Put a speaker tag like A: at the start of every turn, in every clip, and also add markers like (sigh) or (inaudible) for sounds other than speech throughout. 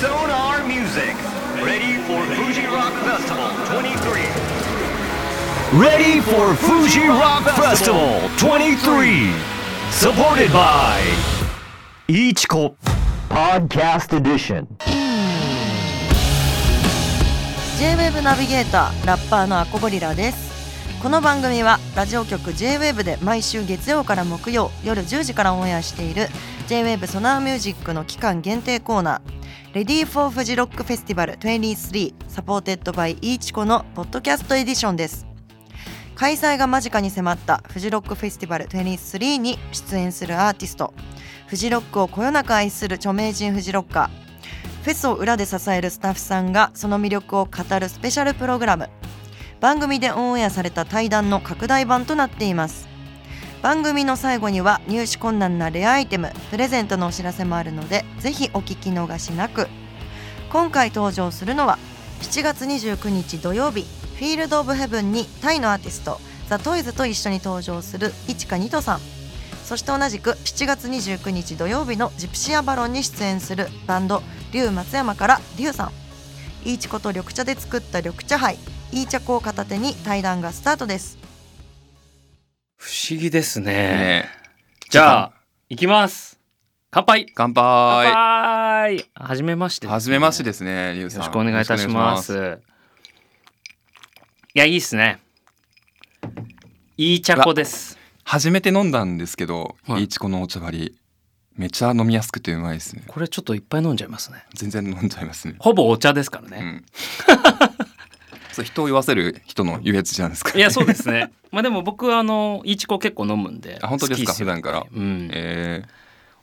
A: Sonar Music. Ready for Fuji Rock Festival 23. Ready for Fuji Rock Festival 23. Supported by Ichiko Podcast Edition.
B: J-WAVE ナビゲーターラッパーのアコゴリラですこの番組はラジオ局 J-WAVE で毎週月曜から木曜夜10時からオンエアしている J-WAVE ソナーミュージックの期間限定コーナー Ready for Fuji Rock Festival 23サポーテッドバイイーチコのポッドキャストエディションです開催が間近に迫ったフジロックフェスティバル23に出演するアーティストフジロックをこよなく愛する著名人フジロッカーフェスを裏で支えるスタッフさんがその魅力を語るスペシャルプログラム番組でオンエアされた対談の拡大版となっています番組の最後には入手困難なレアアイテムプレゼントのお知らせもあるのでぜひお聞き逃しなく今回登場するのは7月29日土曜日フィールド・オブ・ヘブンにタイのアーティストザ・トイズと一緒に登場する一花ニトさんそして同じく7月29日土曜日のジプシーアバロンに出演するバンドリュウ松山からリュウさんイーチコと緑茶で作った緑茶杯イーチャコを片手に対談がスタートです
C: 不思議ですね。
D: ね
C: じゃあ、いきます。乾杯
D: 乾
C: 乾
D: 杯
C: 杯はじめまして、
D: はじめまして
C: で
D: ですね、リュウ
C: すね。
D: さん。
C: よろしくお願いいたしま
D: よろしくお願い
C: す。
D: し
C: いや、いいっすね。いい茶子です。
D: ます。初めて飲んだんですけど、
C: はい
D: いちこのお茶割り、めちゃ飲みやすくてうまいですね。
C: これちょっといっぱい飲んじゃいますね。
D: 全然飲んじゃいますね。
C: ほぼお茶ですから
D: う
C: ね。
D: ん。 (laughs) そう人を酔わせる人の優越じゃないですか、
C: いや、そうですね。 (laughs) まあでも僕は、あの、いちこ結構飲むんで。
D: あ本当ですか
C: 好きっよ
D: 普段から
C: うん。
D: え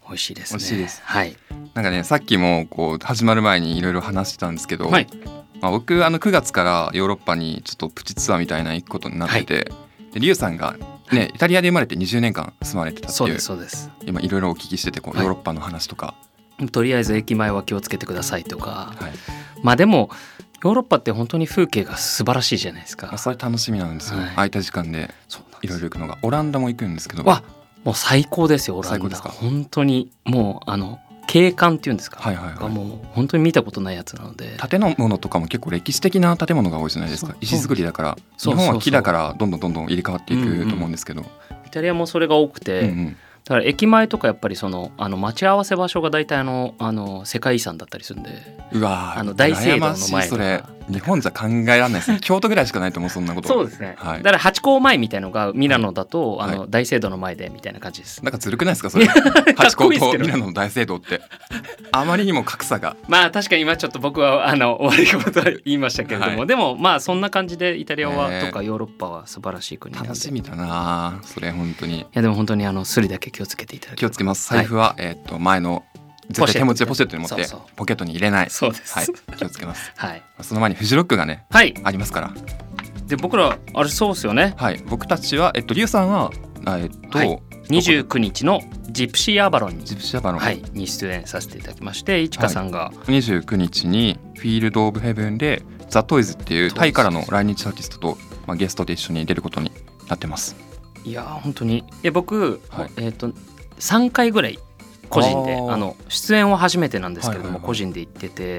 C: 美味しいですね。
D: 美味しいです
C: はい。
D: ーなんかねさっきもこう始まる前にいろいろ話してたんですけど、
C: はい。
D: まあ、僕あの9月からヨーロッパにちょっとプチツアーみたいなの行くことになってて、でリュウさんが、ね、イタリアで生まれて20年間住まれてたって
C: そう
D: い
C: で
D: う
C: す、そうです。
D: 今いろいろお聞きしててこう
C: は
D: ヨ
C: い
D: ーロッパの話とか、
C: とりあえず駅前は気をつけてくださいとか、
D: はい
C: まあでもヨーロッパって本当に風景が素晴らしいじゃないです
D: まあ
C: か。
D: それ楽しみなんですよ、
C: はい
D: 空いた時間で
C: そうなんです
D: いろいろ行くのがオランダも行くんですけど
C: わもう最高ですよオラ
D: 最
C: ンダ
D: 高ですか
C: 本当にもうあの景観っていうんですか、
D: はいはい
C: が
D: は
C: もう本当に見たことないやつなので
D: い建物とかも結構歴史的な建物が多いじゃないですか
C: そう
D: 石造りだから
C: そうそう
D: 日本
C: そ
D: は
C: う
D: 木だからどんどんどんどん入れ替わってい
C: うんうん
D: くと思うんですけど、
C: イタリアもそれが多くて、
D: うんう
C: だか
D: ん
C: ら駅前とかやっぱりそのあの待ち合わせ場所が大体あのあの世界遺産だったりするんで
D: うわー
C: あの大聖堂の前
D: 羨ましいそれ
C: とか
D: 日本じゃ考えられないですね京都ぐらいしかないと思うそんなこと
C: そうですね、
D: はい
C: だから八甲前みたいのがミラノだと、
D: はい
C: あの大聖堂の前でみたいな感じです、
D: なんかずるくないですかそれ
C: かっ
D: 八
C: こ
D: 甲
C: いいっす
D: と
C: けど
D: ミラノの大聖堂ってあまりにも格差が
C: まあ確かに今ちょっと僕はあの悪いことは言いましたけれども、
D: はい
C: でもまあそんな感じでイタリアは、
D: ねえ
C: とかヨーロッパは素晴らしい国なんで
D: 楽しみだなそれ本当に
C: いやでも本当にあのスリだけ気をつけていただき
D: 気をつけます財布は、えーっと前の絶対手持ちでポシェットに持って
C: そうそう
D: ポケットに入れない
C: そうです
D: はい気をつけます
C: はい
D: その前にフジロックがね
C: はい
D: ありますから
C: で僕らあれそうっすよね
D: はい僕たちはえっとリュウさんはあえっと、
C: はい29日のジプシーアバロンに
D: ジプシャバの、
C: はいに出演させていただきましていちかさんが
D: 29日にフィールド・オブ・ヘブンでザ・トイズっていうタイからの来日アーティストと、まあ、ゲストで一緒に出ることになってます
C: いやー本当にえ僕、
D: はい
C: えっ、と3回ぐらい個人で
D: あー
C: あの出演は初めてなんですけれども、
D: はいはいはい
C: 個人で行ってて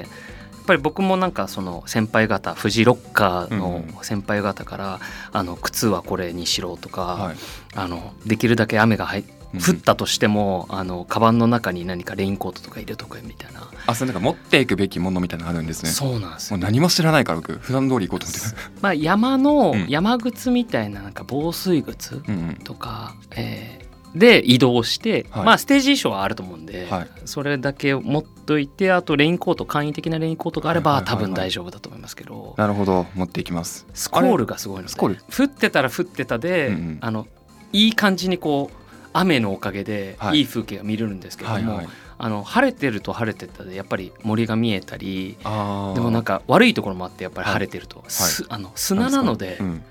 C: やっぱり僕もなんかその先輩方フジロッカーの
D: うん
C: 先輩方から、あの靴はこれにしろとか、
D: はい
C: あのできるだけ雨が入っ
D: うん
C: 降ったとしても、あのカバンの中に何かレインコートとか入れとくみたいな、
D: あそれなんか持っていくべきものみたいなのあるんですね
C: そうなんです
D: も
C: よ
D: う、何も知らないから僕普段通り行こうと思って
C: まあ、山の
D: うん
C: 山靴みたいななんか防水靴
D: るうん
C: とか、えーで移動して、
D: はい
C: まあステージ衣装はあると思うんで、
D: はい
C: それだけ持っといてあとレインコート簡易的なレインコートがあれば、
D: はいはいはいはい
C: 多分大丈夫だと思いますけど、
D: なるほど持っていきます
C: スコールがすごいので
D: スコール
C: 降ってたら降ってたで、
D: うんうん
C: あのいい感じにこう雨のおかげで
D: はい
C: いい風景が見れるんですけれど
D: はい
C: も、
D: はい
C: あの晴れてると晴れてたでやっぱり森が見えたり
D: あー
C: でもなんか悪いところもあってやっぱり
D: はい
C: 晴れてると、すあの砂なので
D: うん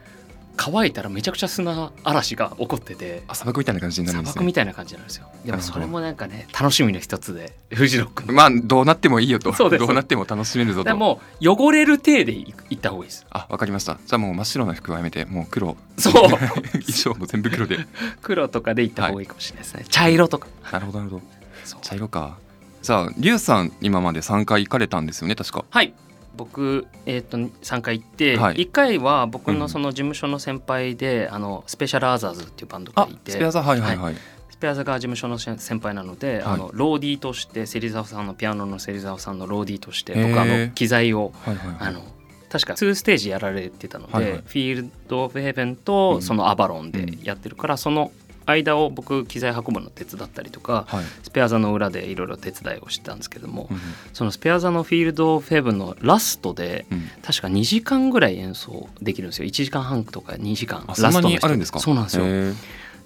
C: 乾いたらめちゃくちゃ砂嵐が起こってて
D: あ砂漠みたいな感じになる
C: 砂
D: んです
C: 漠
D: ね
C: みたいな感じなんですよでも
D: なるほど
C: それもなんかね楽しみの一つ
D: (laughs)
C: でフジロックの
D: まあどうなってもいいよと
C: そうです
D: どうなっても楽しめるぞ
C: で
D: と
C: もう汚れる体で行った方がいいです
D: あわかりましたじゃあもう真っ白な服はやめてもう黒
C: (laughs) そう
D: 衣装も全部黒
C: (laughs)
D: で
C: 黒とかで行った方がいいかもしれないですね、茶色とか
D: なるほどなるほど
C: そう
D: 茶色かじゃあリュウさん今まで3回行かれたんですよね確か
C: はい僕、えー、と3回行って、
D: はい
C: 1回は僕
D: う
C: の
D: ん
C: その事務所の先輩で、あのスペシャルアーザーズっていうバンドが
D: あ
C: いて
D: スペアザはいはいはい、
C: スペアーザが事務所の先先輩なので、
D: はい
C: あのローディーとして芹沢さんのピアノの芹沢さんのローディーとして
D: へ
C: 僕
D: ー
C: あの機材を
D: はいはいはい
C: あの確か2ステージやられてたので、
D: はいはい
C: フィールド・オブ・ヘブン
D: う
C: と
D: ん
C: そのアバロンでやってるから、その間を僕機材運ぶの手伝ったりとか、
D: はい
C: スペア座の裏でいろいろ手伝いをしてたんですけども、
D: うん
C: そのスペア座のフィールド・オブ・ヘブンのラストで
D: うん
C: 確か2時間ぐらい演奏できるんですよ1時間半とか2時間
D: あそ
C: ラ
D: んな
C: ストの
D: に
C: 人
D: あるんですか
C: そうなんですよ
D: へー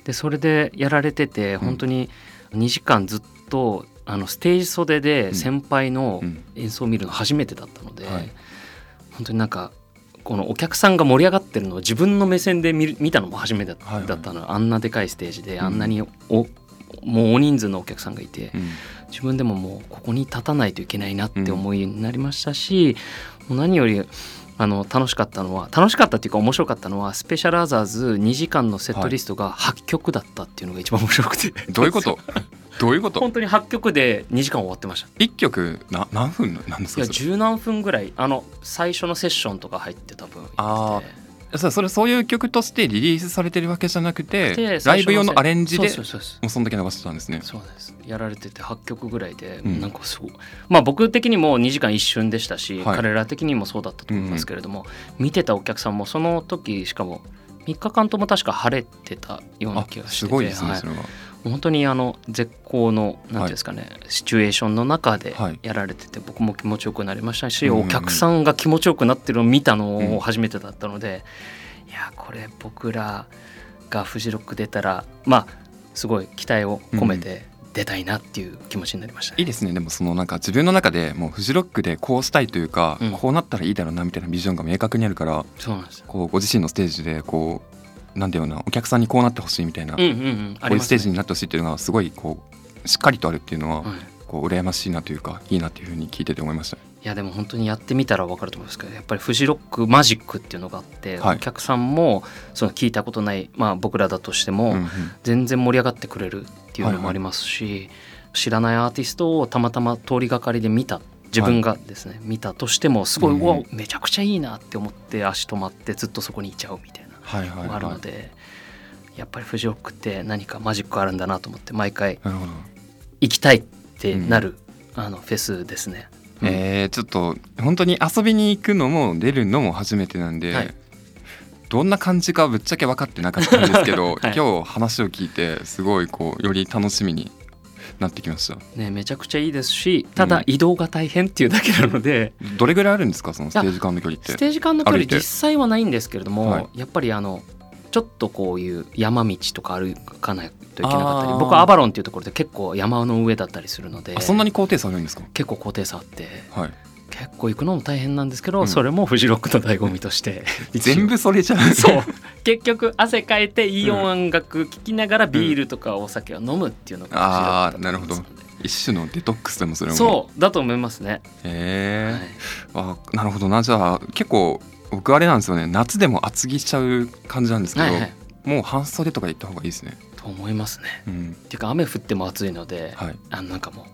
C: でそれでやられてて本当に2時間ずっとあのステージ袖で先輩の
D: うん
C: 演奏を見るの初めてだったので、
D: はい
C: 本当になんかこのお客さんが盛り上がってるのを自分の目線で見る見たのも初めてだ
D: はいはい
C: だったの、あんなでかいステージで
D: うん
C: あんなにお、もう大人数のお客さんがいて
D: うん
C: 自分でももうここに立たないといけないなって思いになりましたし、もう何よりあの楽しかったのは楽しかったっていうか面白かったのはスペシャルアザーズ2時間のセットリストが8曲だったっていうのが一番面白くて、
D: どういうこと
C: (laughs)
D: どういうこと
C: 本当に8曲で2時間終わってましたい
D: 一曲な何分なんです
C: や
D: かそれ
C: 十何分ぐらいあの最初のセッションとか入ってた分
D: あーそうそれそういう曲としてリリースされてるわけじゃなくて
C: で
D: ライブ用のアレンジで
C: そうそうそうそう
D: もうそんだけ流してたんですね
C: そうですやられてて8曲ぐらいで、
D: うん
C: なんかすごいまあ僕的にも2時間一瞬でしたし、
D: はい
C: 彼ら的にもそうだったと思いますけれども、見てたお客さんもその時しかも3日間とも確か晴れてたような
D: あ
C: 気がしてて
D: すごいですね
C: はい
D: それは
C: 本当にあの絶好の何ていうんですかね、シチュエーションの中で
D: はい
C: やられてて僕も気持ちよくなりましたし、
D: うんうんうん
C: お客さんが気持ちよくなってるのを見たのを初めてだったので、いやこれ僕らがフジロック出たらまあすごい期待を込めて出たいなっていう気持ちになりましたね、
D: いいですねでもそのなんか自分の中でもうフジロックでこうしたいというか、
C: うん
D: こうなったらいいだろうなみたいなビジョンが明確にあるから
C: そうなんですよ
D: こうご自身のステージでこうなんだようなお客さんにこうなってほしいみたい
C: う
D: な、
C: ん
D: こ
C: うんうんあ
D: う
C: り
D: いう
C: ま
D: ス
C: す
D: テー
C: ね
D: ジになってほしいっていうのがすごいこうしっかりとあるっていうのは、
C: はい
D: こう羨ましいなというかいいなっていうふうに聞いてて思いました。
C: いやでも本当にやってみたら分かると思うんですけどやっぱりフジロックマジックっていうのがあって、
D: はい
C: お客さんもその聞いたことない、まあ、僕らだとしても、
D: うんうん
C: 全然盛り上がってくれるっていうのもありますし、知らないアーティストをたまたま通りがかりで見た自分がですね、見たとしてもすごい、
D: うん
C: うわめちゃくちゃいいなって思って足止まってずっとそこにいちゃうみたいな
D: はいはい
C: のがある
D: は
C: の
D: い
C: で、やっぱりフジロックって何かマジックあるんだなと思って毎回
D: なるほど
C: 行きたいってなる、あのフェスですね。うん
D: えーちょっと本当に遊びに行くのも出るのも初めてなんで、
C: はい
D: どんな感じかぶっちゃけ分かってなかったんですけど、
C: (laughs) はい
D: 今日話を聞いてすごいこうより楽しみになってきました
C: ね、めちゃくちゃいいですしただ移動が大変っていうだけなので、
D: どれぐらいあるんですかそのステージ間の距離っ
C: ス
D: て
C: テージ間の距離
D: 歩いて
C: 実際はないんですけれども、
D: はい
C: やっぱりあのちょっとこういう山道とか歩かないといけなかった
D: あー
C: り僕アバロンっていうところで結構山の上だったりするので
D: あそんなに高低差あるんですか
C: 結構高低差あって
D: はい
C: 結構行くのも大変なんですけど、
D: うん
C: それもフジロックの醍醐味として
D: (laughs) 全部それじゃん
C: そう結局汗かいていい音楽聴きながらビールとかお酒を飲むっていうのがフジロックだと思いますので
D: 一種のデトックスでもそれも
C: そうだと思いますね、
D: うへ
C: はい
D: え、あなるほどなじゃあ結構僕あれなんですよね夏でも厚着しちゃう感じなんですけど、
C: はいはい
D: もう半袖とかで行った方がいいですね
C: と思いますね
D: うん
C: っていうか雨降っても暑いので、
D: はい
C: あのなんかもう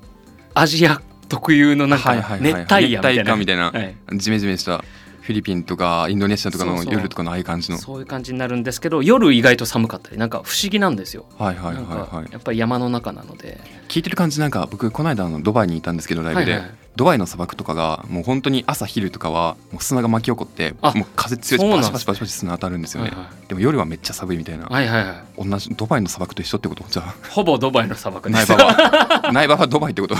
C: アジア特有のなんか
D: はいはいはい
C: 熱
D: はい
C: 帯夜みたいな,、
D: 熱帯夜みたい
C: はい
D: ジメジメしたフィリピンとかインドネシアとかの
C: そうそう
D: 夜とかのああいう感じの
C: そういう感じになるんですけど夜意外と寒かったりなんか不思議なんですよ。
D: はいはい
C: な
D: は
C: んか
D: いはい
C: やっぱり山の中なので、
D: 聞いてる感じなんか僕この間あのドバイにいたんですけどライブで、
C: はいはい
D: ドバイの砂漠とかがもう本当に朝昼とかはもう砂が巻き起こって
C: あ
D: もう風強い
C: そう
D: し
C: なんで
D: バ
C: す
D: シバシバシバシ砂当たるんですよね、
C: はいは
D: でも夜はめっちゃ寒いみたいな、
C: いはいはいは
D: 同じドバイの砂漠と一緒ってことじゃあ
C: いほぼドバイの砂 (laughs) 漠で
D: 苗
C: す
D: 場 (laughs) は苗場はドバイってこと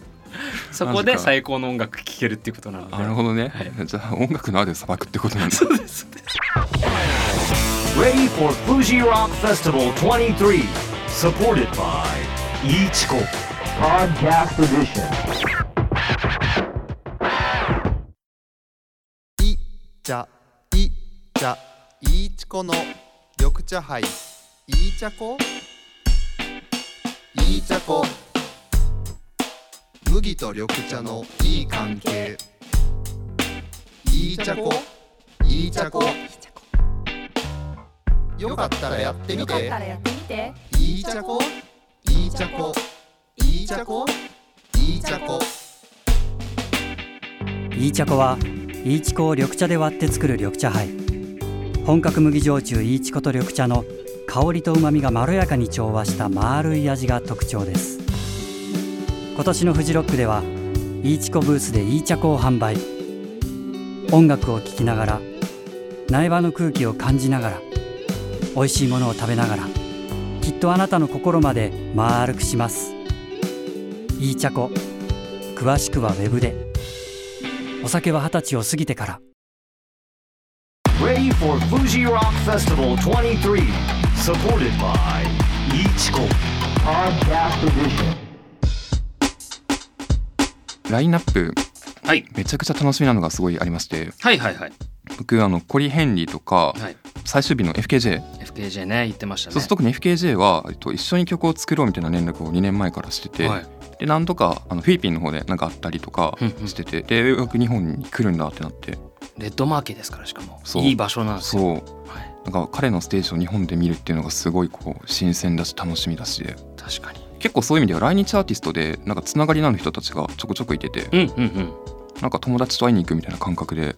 C: (laughs) そこで最高の音楽聴けるっていうことなので
D: なるほどね、
C: はい
D: じゃあ音楽のある砂漠ってことなんだ
C: そうです
A: Ready for Fuji Rock Festival 23. Supported by Ichiko. Podcast Edition.
E: い茶い茶いちこの緑茶杯いちゃこいちゃこ麦と緑茶のいい関係いちゃこいちゃこよかったらやってみ
F: よかってたらやってみて。
E: いちゃこいちゃこいちゃこいちゃこチャコ
F: イーチャコはイーチコを緑茶で割って作る緑茶杯本格麦焼酎イーチコと緑茶の香りとうまみがまろやかに調和した丸い味が特徴です今年のフジロックではイーチコブースでイーチャコを販売音楽を聴きながら苗場の空気を感じながら美味しいものを食べながらきっとあなたの心まで丸くしますイーチャコ詳しくはウェブでお酒は二十歳を過ぎてから
A: Ready for Fuji Rock Festival 23, supported by Ichiko Podcast Edition.
D: ラインナップ
C: はい
D: めちゃくちゃ楽しみなのがすごいありまして
C: はいはいはい
D: 僕あのコリー・ヘンリーとか、
C: はい
D: 最終日の FKJ、
C: FKJ ね言ってましたね
D: そう特に FKJ は、えっと、一緒に曲を作ろうみたいな連絡を2年前からしてて、
C: はい
D: で何とかあのフィリピンの方でなんかあったりとか
C: うんうん
D: してて、でようやく日本に来るんだってなって
C: レッドマーケですからしかも
D: そう
C: いい場所なんですよ
D: そう
C: はい、
D: なんか彼のステージを日本で見るっていうのがすごいこう新鮮だし楽しみだしで
C: 確かに
D: 結構そういう意味では来日アーティストでなんかつながりのある人たちがちょこちょこいてて
C: うんうんうん
D: なんか友達と会いに行くみたいな感覚で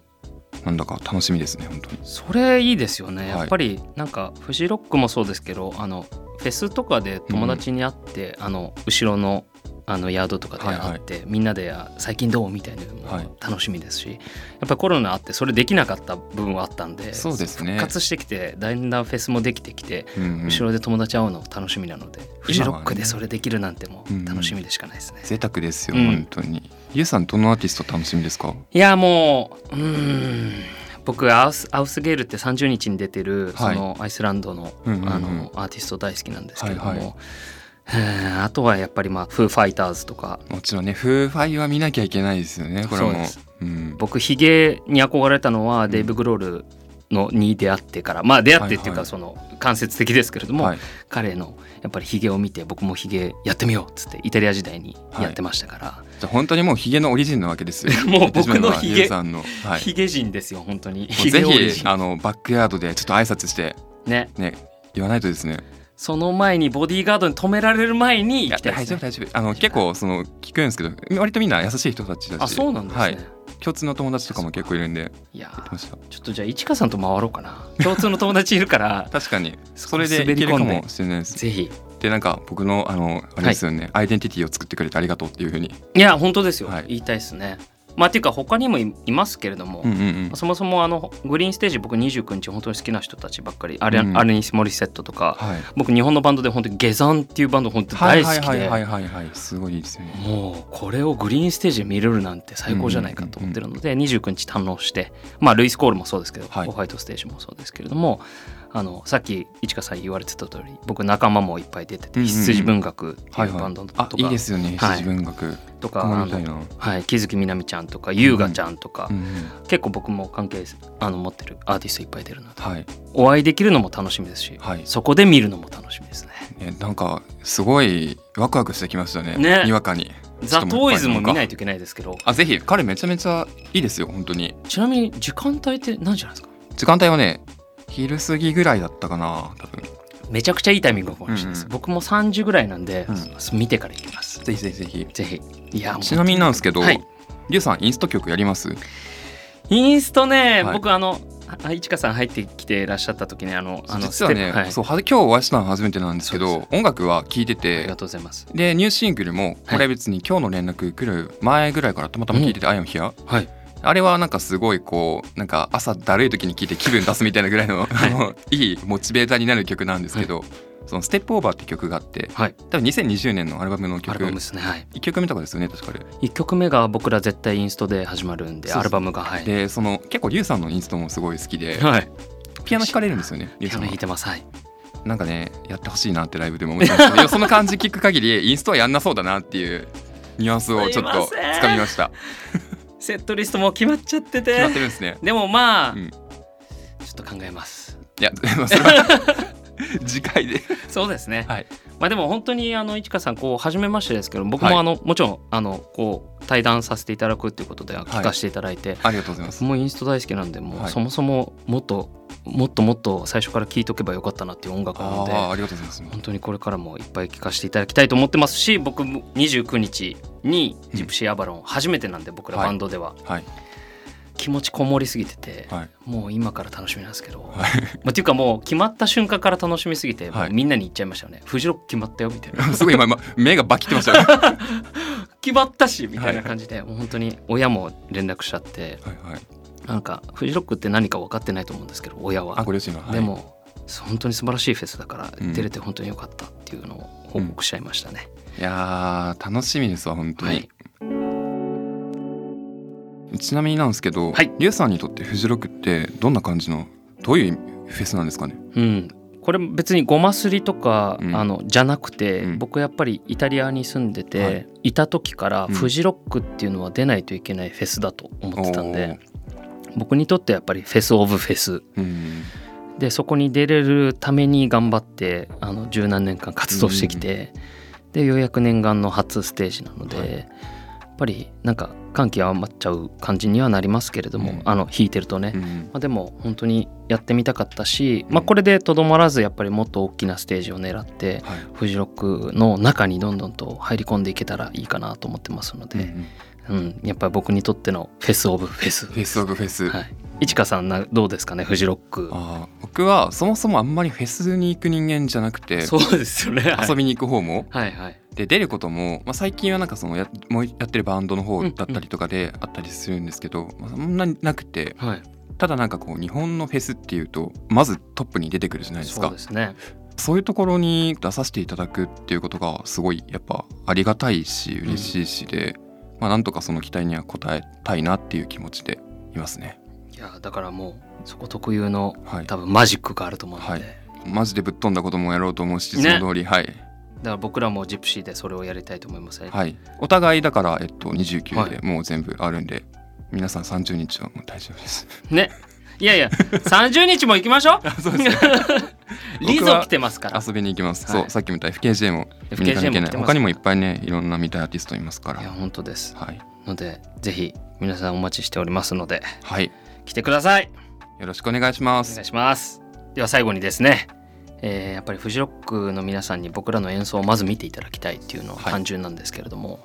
D: なんだか楽しみですね本当に
C: それいいですよね、
D: はい
C: やっぱりなんかフジロックもそうですけどあのフェスとかで友達に会って、あの後ろのあのヤードとかで会って、みんなであ「最近どう?」みたいなの
D: はい
C: も楽しみですし、やっぱりコロナあってそれできなかった部分はあったんで
D: そうですね
C: 復活してきてだんだんフェスもできてきて、
D: うんうん
C: 後ろで友達会うの楽しみなので、フジロックでそれできるなんても
D: うんうん
C: う楽しみでしかないですね。
D: 贅沢ですよ、
C: うん
D: 本当にゆうさんどのアーティスト楽しみですか
C: いやもううーん僕アウスアウスゲールって30日に出てる、
D: はい
C: そのアイスランドの,、
D: うんうんうん
C: あのアーティスト大好きなんですけれども、
D: はいはい
C: うんあとはやっぱりまあフーファイターズとか
D: もちろんねフーファイは見なきゃいけないですよねこれはもう
C: そうです
D: うん、
C: 僕ヒゲに憧れたのはデイブ・グロールのに出会ってからまあ出会ってっていう
D: はいは
C: か
D: い
C: その間接的ですけれども、
D: はい
C: 彼のやっぱりヒゲを見て僕もヒゲやってみようっつってイタリア時代にやってましたから、
D: じゃあ本当にもうヒゲのオリジンなわけですよ (laughs)
C: もう僕のヒゲ
D: ゆうさんの、はい、
C: ヒゲ人ですよ本当に
D: もう
C: ヒ
D: ぜ
C: ゲオリジ
D: ひ
C: ン
D: あのバックヤードでちょっと挨拶して
C: ね
D: ね言わないとですね
C: その前にボディーガードに止められる前に
D: い
C: 行
D: や
C: きたいで
D: 大
C: す、
D: 丈
C: ね
D: 夫、大丈夫あの結構その聞くんですけど割とみんな優しい人たちだし
C: あそうなんですね、
D: はいい、、共通の友達とかも結構いるんで
C: や
D: 言ってました
C: ちょっとじゃあいちかさんと回ろうかな共通の友達いるから
D: 確かに
C: そこ
D: (laughs) それでい
C: 滑り
D: ける
C: 込
D: か
C: んで
D: もしれないです
C: ぜひ
D: でなんか僕のあのあれですよね、アイデンティティを作ってくれてありがとうっていうふうに
C: いや本当ですよ、
D: はい
C: 言いたいですねまあっていうか他にもいいますけれども、
D: うんうんうん
C: そもそもあのグリーンステージ僕29日本当に好きな人たちばっかりあれ、
D: うん
C: アレニス・モリセットとか、
D: はい
C: 僕日本のバンドで本当に下山っていうバンド本当に大好き
D: はいはいはい
C: で
D: はいはいはいすごいいいですよね
C: もうこれをグリーンステージで見れるなんて最高じゃないかと思ってるので、29日堪能してまあルイス・コールもそうですけど、
D: はい
C: ホワイトステージもそうですけれどもあのさっきいちかさん言われてた通り僕仲間もいっぱい出てて、
D: うんうんうん
C: 羊文学って
D: はいいうはい
C: バンドとか、
D: あいいですよね
C: はい
D: 羊文学
C: とか
D: 僕も
C: あ
D: 見たい
C: の、
D: な
C: はい、木月みなみちゃんとか優雅ちゃんとか、
D: うんうん
C: 結構僕も関係あの持ってるアーティストいっぱい出るので
D: はい
C: お会いできるのも楽しみですし、
D: はい
C: そこで見るのも楽しみですね。
D: えなんかすごいワクワクしてきましたね
C: ね
D: にわかに
C: ザ・トーイズも見ない
D: と
C: といけないですけど
D: あぜひ彼めちゃめちゃいいですよ本当に
C: ちなみに時間帯って何時なんですか
D: 時間帯はね昼過ぎぐらいだったかな多分
C: めちゃくちゃいいタイミングかもしれないです、
D: うんうん
C: 僕も3時ぐらいなんで、
D: う
C: 見てから行きます
D: ぜひぜひぜひ
C: ぜひいやもう
D: ちなみになんですけど、
C: はい
D: リュウさんインスト曲やります
C: インストね、
D: はい
C: 僕あのあいちかさん入ってきていらっしゃった時にあのあの
D: 実は
C: ステ
D: ね、
C: ップはい
D: そうは今日お会いしたの初めてなんですけ
C: そう
D: ど
C: で
D: 音楽は聴いて
C: あり
D: て
C: がとうございます
D: でニューシングルもこれ別に今日の連絡来る前ぐらいからたまたま聴いてて「アイアンヒア」
C: はい
D: あれはなんかすごいこうなんか朝だるい時に聴いて気分出すみたいなぐらいの,、
C: (laughs)
D: い、あの (laughs) いいモチベーターになる曲なんですけど、その「ステップオーバーって曲があって
C: はい
D: 多分2020年のアルバムの
C: アルバム
D: 曲
C: ですねはい
D: 1曲目とかですよね確かで
C: 1曲目が僕ら絶対インストで始まるんで
D: そうそう
C: アルバムがはい
D: でその結構リュウさんのインストもすごい好きで
C: はい
D: ピアノ弾かれるんですよねリ
C: ピ
D: ュウさ
C: アノ
D: んは
C: 弾いてますはい
D: なんかねやってほしいなってライブでも思いましたけどその感じ聞く限りインストはやんなそうだなっていうニュアンスをちょっと
C: すいません
D: つかみました
C: セットリストもう決まっちゃって
D: 決
C: て
D: まってるんですね
C: でもまあ、
D: うん
C: ちょっと考えます
D: (laughs) いやでもそれは (laughs) 次回で
C: そうですね、
D: はい
C: まあ、でも本当にあの市川さんこう初めましてですけど僕
D: はい
C: もあの、もちろんあのこう対談させていただくということでは聞かせていただいて、
D: ありがとうございます。
C: もうインスト大好きなんでもう、
D: はい
C: そもそももっともっともっと最初から聴いとけばよかったなっていう音楽なので
D: ああ、ありがとうございます。
C: 本当にこれからもいっぱい聴かせていただきたいと思ってますし僕も29日に「ジプシー・アバロン」初めてなんで僕ら
D: はい
C: バンドでは、
D: はい
C: 気持ちこもりすぎてて、
D: はい (laughs)
C: もう今から楽しみなんですけど、まあ、っていうかもう決まった瞬間から楽しみすぎて、
D: はい
C: もうみんなに言っちゃいましたよね「フジロック決まったよ」みたいな
D: すごい今今目がバキってま
C: (laughs)
D: したよ。は
C: 決まったしみたいな感じで、もう本当に親も連絡しちゃって
D: いはい。
C: なんかフジロックって何か分かってないと思うんですけど親は
D: あ、ご両親は。はい
C: で。も本当に素晴らしいフェスだから、
D: うん
C: 出れて本当に良かったっていうのを報告しちゃいましたね。
D: いやー、楽しみですわ、本当
C: は
D: に
C: い。
D: ちなみになんですけど、
C: はい
D: リュウさんにとってフジロックってどんな感じのどういうフェスなんですかね。
C: うんこれ別にごますりとか、
D: うん
C: あのじゃなくて、
D: うん
C: 僕やっぱりイタリアに住んでて、、
D: はい
C: た時から
D: うん
C: フジロックっていうのは出ないといけないフェスだと思ってたんで、
D: おー
C: 僕にとってやっぱりフェスオブフェス
D: うん。
C: でそこに出れるために頑張ってあの十何年間活動してきて、でようやく念願の初ステージなので、
D: はい
C: やっぱりなんか感極まっちゃう感じにはなりますけれども、
D: うん
C: あの弾いてるとね、
D: うん
C: まあ、でも本当にやってみたかったし、
D: うん
C: まあ、これでとどまらずやっぱりもっと大きなステージを狙って
D: はい。
C: フジロックの中にどんどんと入り込んでいけたらいいかなと思ってますの
D: うん
C: で、
D: うん
C: うんやっぱり僕にとってのフェス・オブ・フェス。
D: フェスオブフェス。
C: はい、いちかさんなどうですかねフジロック。
D: あー僕はそもそもあんまりフェスに行く人間じゃなくて、
C: そうですよね。はい
D: 遊びに行く方も
C: はいはい。
D: で出ることも、まあ、最近はなんかそのやもうやってるバンドの方だったりとかであったりするんですけど、まあ、そんなになくて
C: はい、
D: ただなんかこう日本のフェスっていうとまずトップに出てくるじゃないです
C: そう
D: か
C: ですね。
D: そういうところに出させていただくっていうことがすごいやっぱありがたいし嬉しいしで、まあ、なんとかその期待には応えたいなっていう気持ちでいますね。
C: いやだからもうそこ特有の
D: はい、
C: 多分マジックがあると思うので、
D: はいマジでぶっ飛んだこともやろうと思うし、
C: ね
D: その通りはい、
C: だから僕らもジプシーでそれをやりたいと思います、ね。
D: はい、お互いだから、えっと、
C: は
D: 29
C: い
D: でもう全部あるんで、皆さん30日はもう大丈夫です。
C: ね。いやいや、30日も行きま
D: (laughs)
C: しょう。
D: そう
C: (laughs)
D: ですね
C: リ
D: 僕
C: ゾ
D: は
C: 来てますから。
D: 遊びに行きます、
C: はい
D: そうさっきみたい FKJ も見に行か
C: FKJ
D: なきゃい
C: も
D: けな
C: 来
D: い
C: てます
D: 他にもいっぱいねいろんな見たいアーティストいますから
C: いや、本当です。
D: はい、
C: ので、ぜひ皆さんお待ちしておりますので、
D: はい、
C: 来てください。
D: よろしくお願いしま
C: お
D: す
C: 願いします。では最後にですね、えーやっぱりフジロックの皆さんに僕らの演奏をまず見ていただきたいっていうのは
D: はい
C: 単純なんですけれども、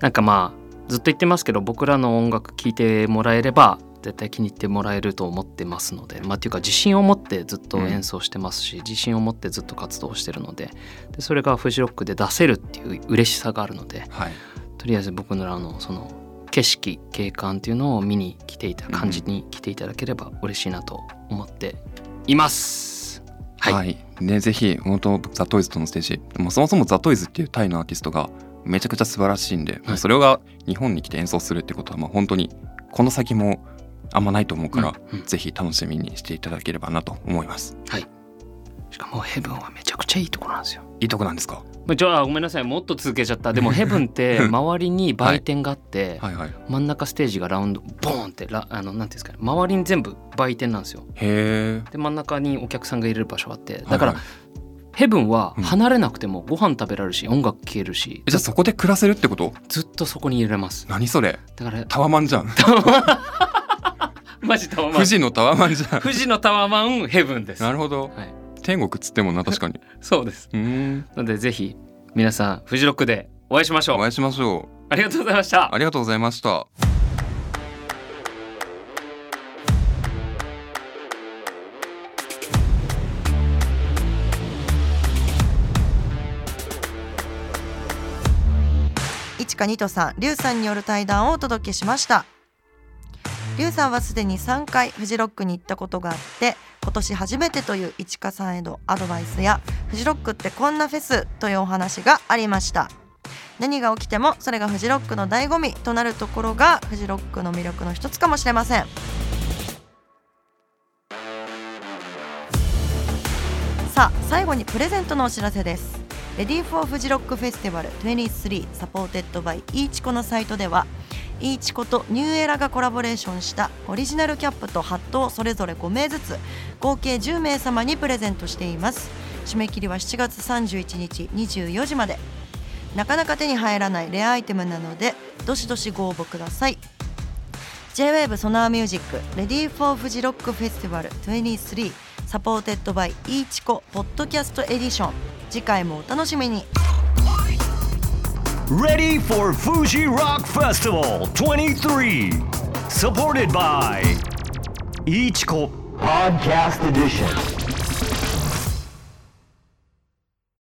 C: なんかまあずっと言ってますけど僕らの音楽聴いてもらえれば絶対気に入ってもらえると思ってますのでまあっていうか自信を持ってずっと演奏してますし、自信を持ってずっと活動してるのででそれがフジロックで出せるっていう嬉しさがあるので
D: はい
C: とりあえず僕らのその景色景観っていうのを見に来ていた感じに来ていただければ嬉しいなと思っています。は、
D: はいい、ねぜひ本当ザ・トイズとのステージもうそもそもザ・トイズっていうタイのアーティストがめちゃくちゃ素晴らしいんで、もうそれが日本に来て演奏するってことはまあ本当にこの先もあんまないと思うから、
C: うんうん
D: ぜひ楽しみにしていただければなと思います
C: しかもヘブンはめちゃくちゃいいところなんですよ。
D: いいとこなんですか
C: まあちょあごめんなさいもっと続けちゃったでもヘブンって周りに売店があって、
D: はいはいへ
C: 真ん中ステージがラウンドボーンってラあのなんていうんですかね周りに全部売店なんですよ。
D: え
C: で真ん中にお客さんが入れる場所があってだから、
D: はいはい
C: ヘブンは
D: うん
C: 離れなくてもご飯食べられるし音楽消えるし
D: えじゃあそこで暮らせるってこと
C: ずっとそこに入れます。
D: 何それ
C: だ
D: (laughs)
C: から
D: タワマンじゃん
C: マジタワマン
D: 富士のタワマンじゃん
C: 富士のタワマンヘブンです。
D: なるほど
C: はい、
D: 天国っつってもな確かに
C: そうです。
D: うーん
C: なのでぜひ皆さんフジロックでお会いしましょ
D: お
C: う
D: 会。いしましょう
C: ありがとうございました
D: あ。りがとうございました
B: 一華二とさん、リュウさんによる対談をお届けしました。リュウさんはすでに3回フジロックに行ったことがあって、今年初めてという一華さんへのアドバイスや、フジロックってこんなフェスというお話がありました。何が起きてもそれがフジロックの醍醐味となるところがフジロックの魅力の一つかもしれません。さあ最後にプレゼントのお知らせですレディーフォーフジロックフェスティバル23サポーテッドバイイーチコのサイトではイーチコとニューエラがコラボレーションしたオリジナルキャップとハットをそれぞれ5名ずつ合計10名様にプレゼントしています締め切りは7月31日24時までなかなか手に入らないレアアイテムなのでどしどしご応募ください J-WAVE ソナーミュージックレディーフォーフジロックフェスティバル23サポーテッドバイイーチコポッドキャストエディション次回もお楽しみに
A: Ready for Fuji Rock Festival 23. Supported by Ichiko Podcast Edition.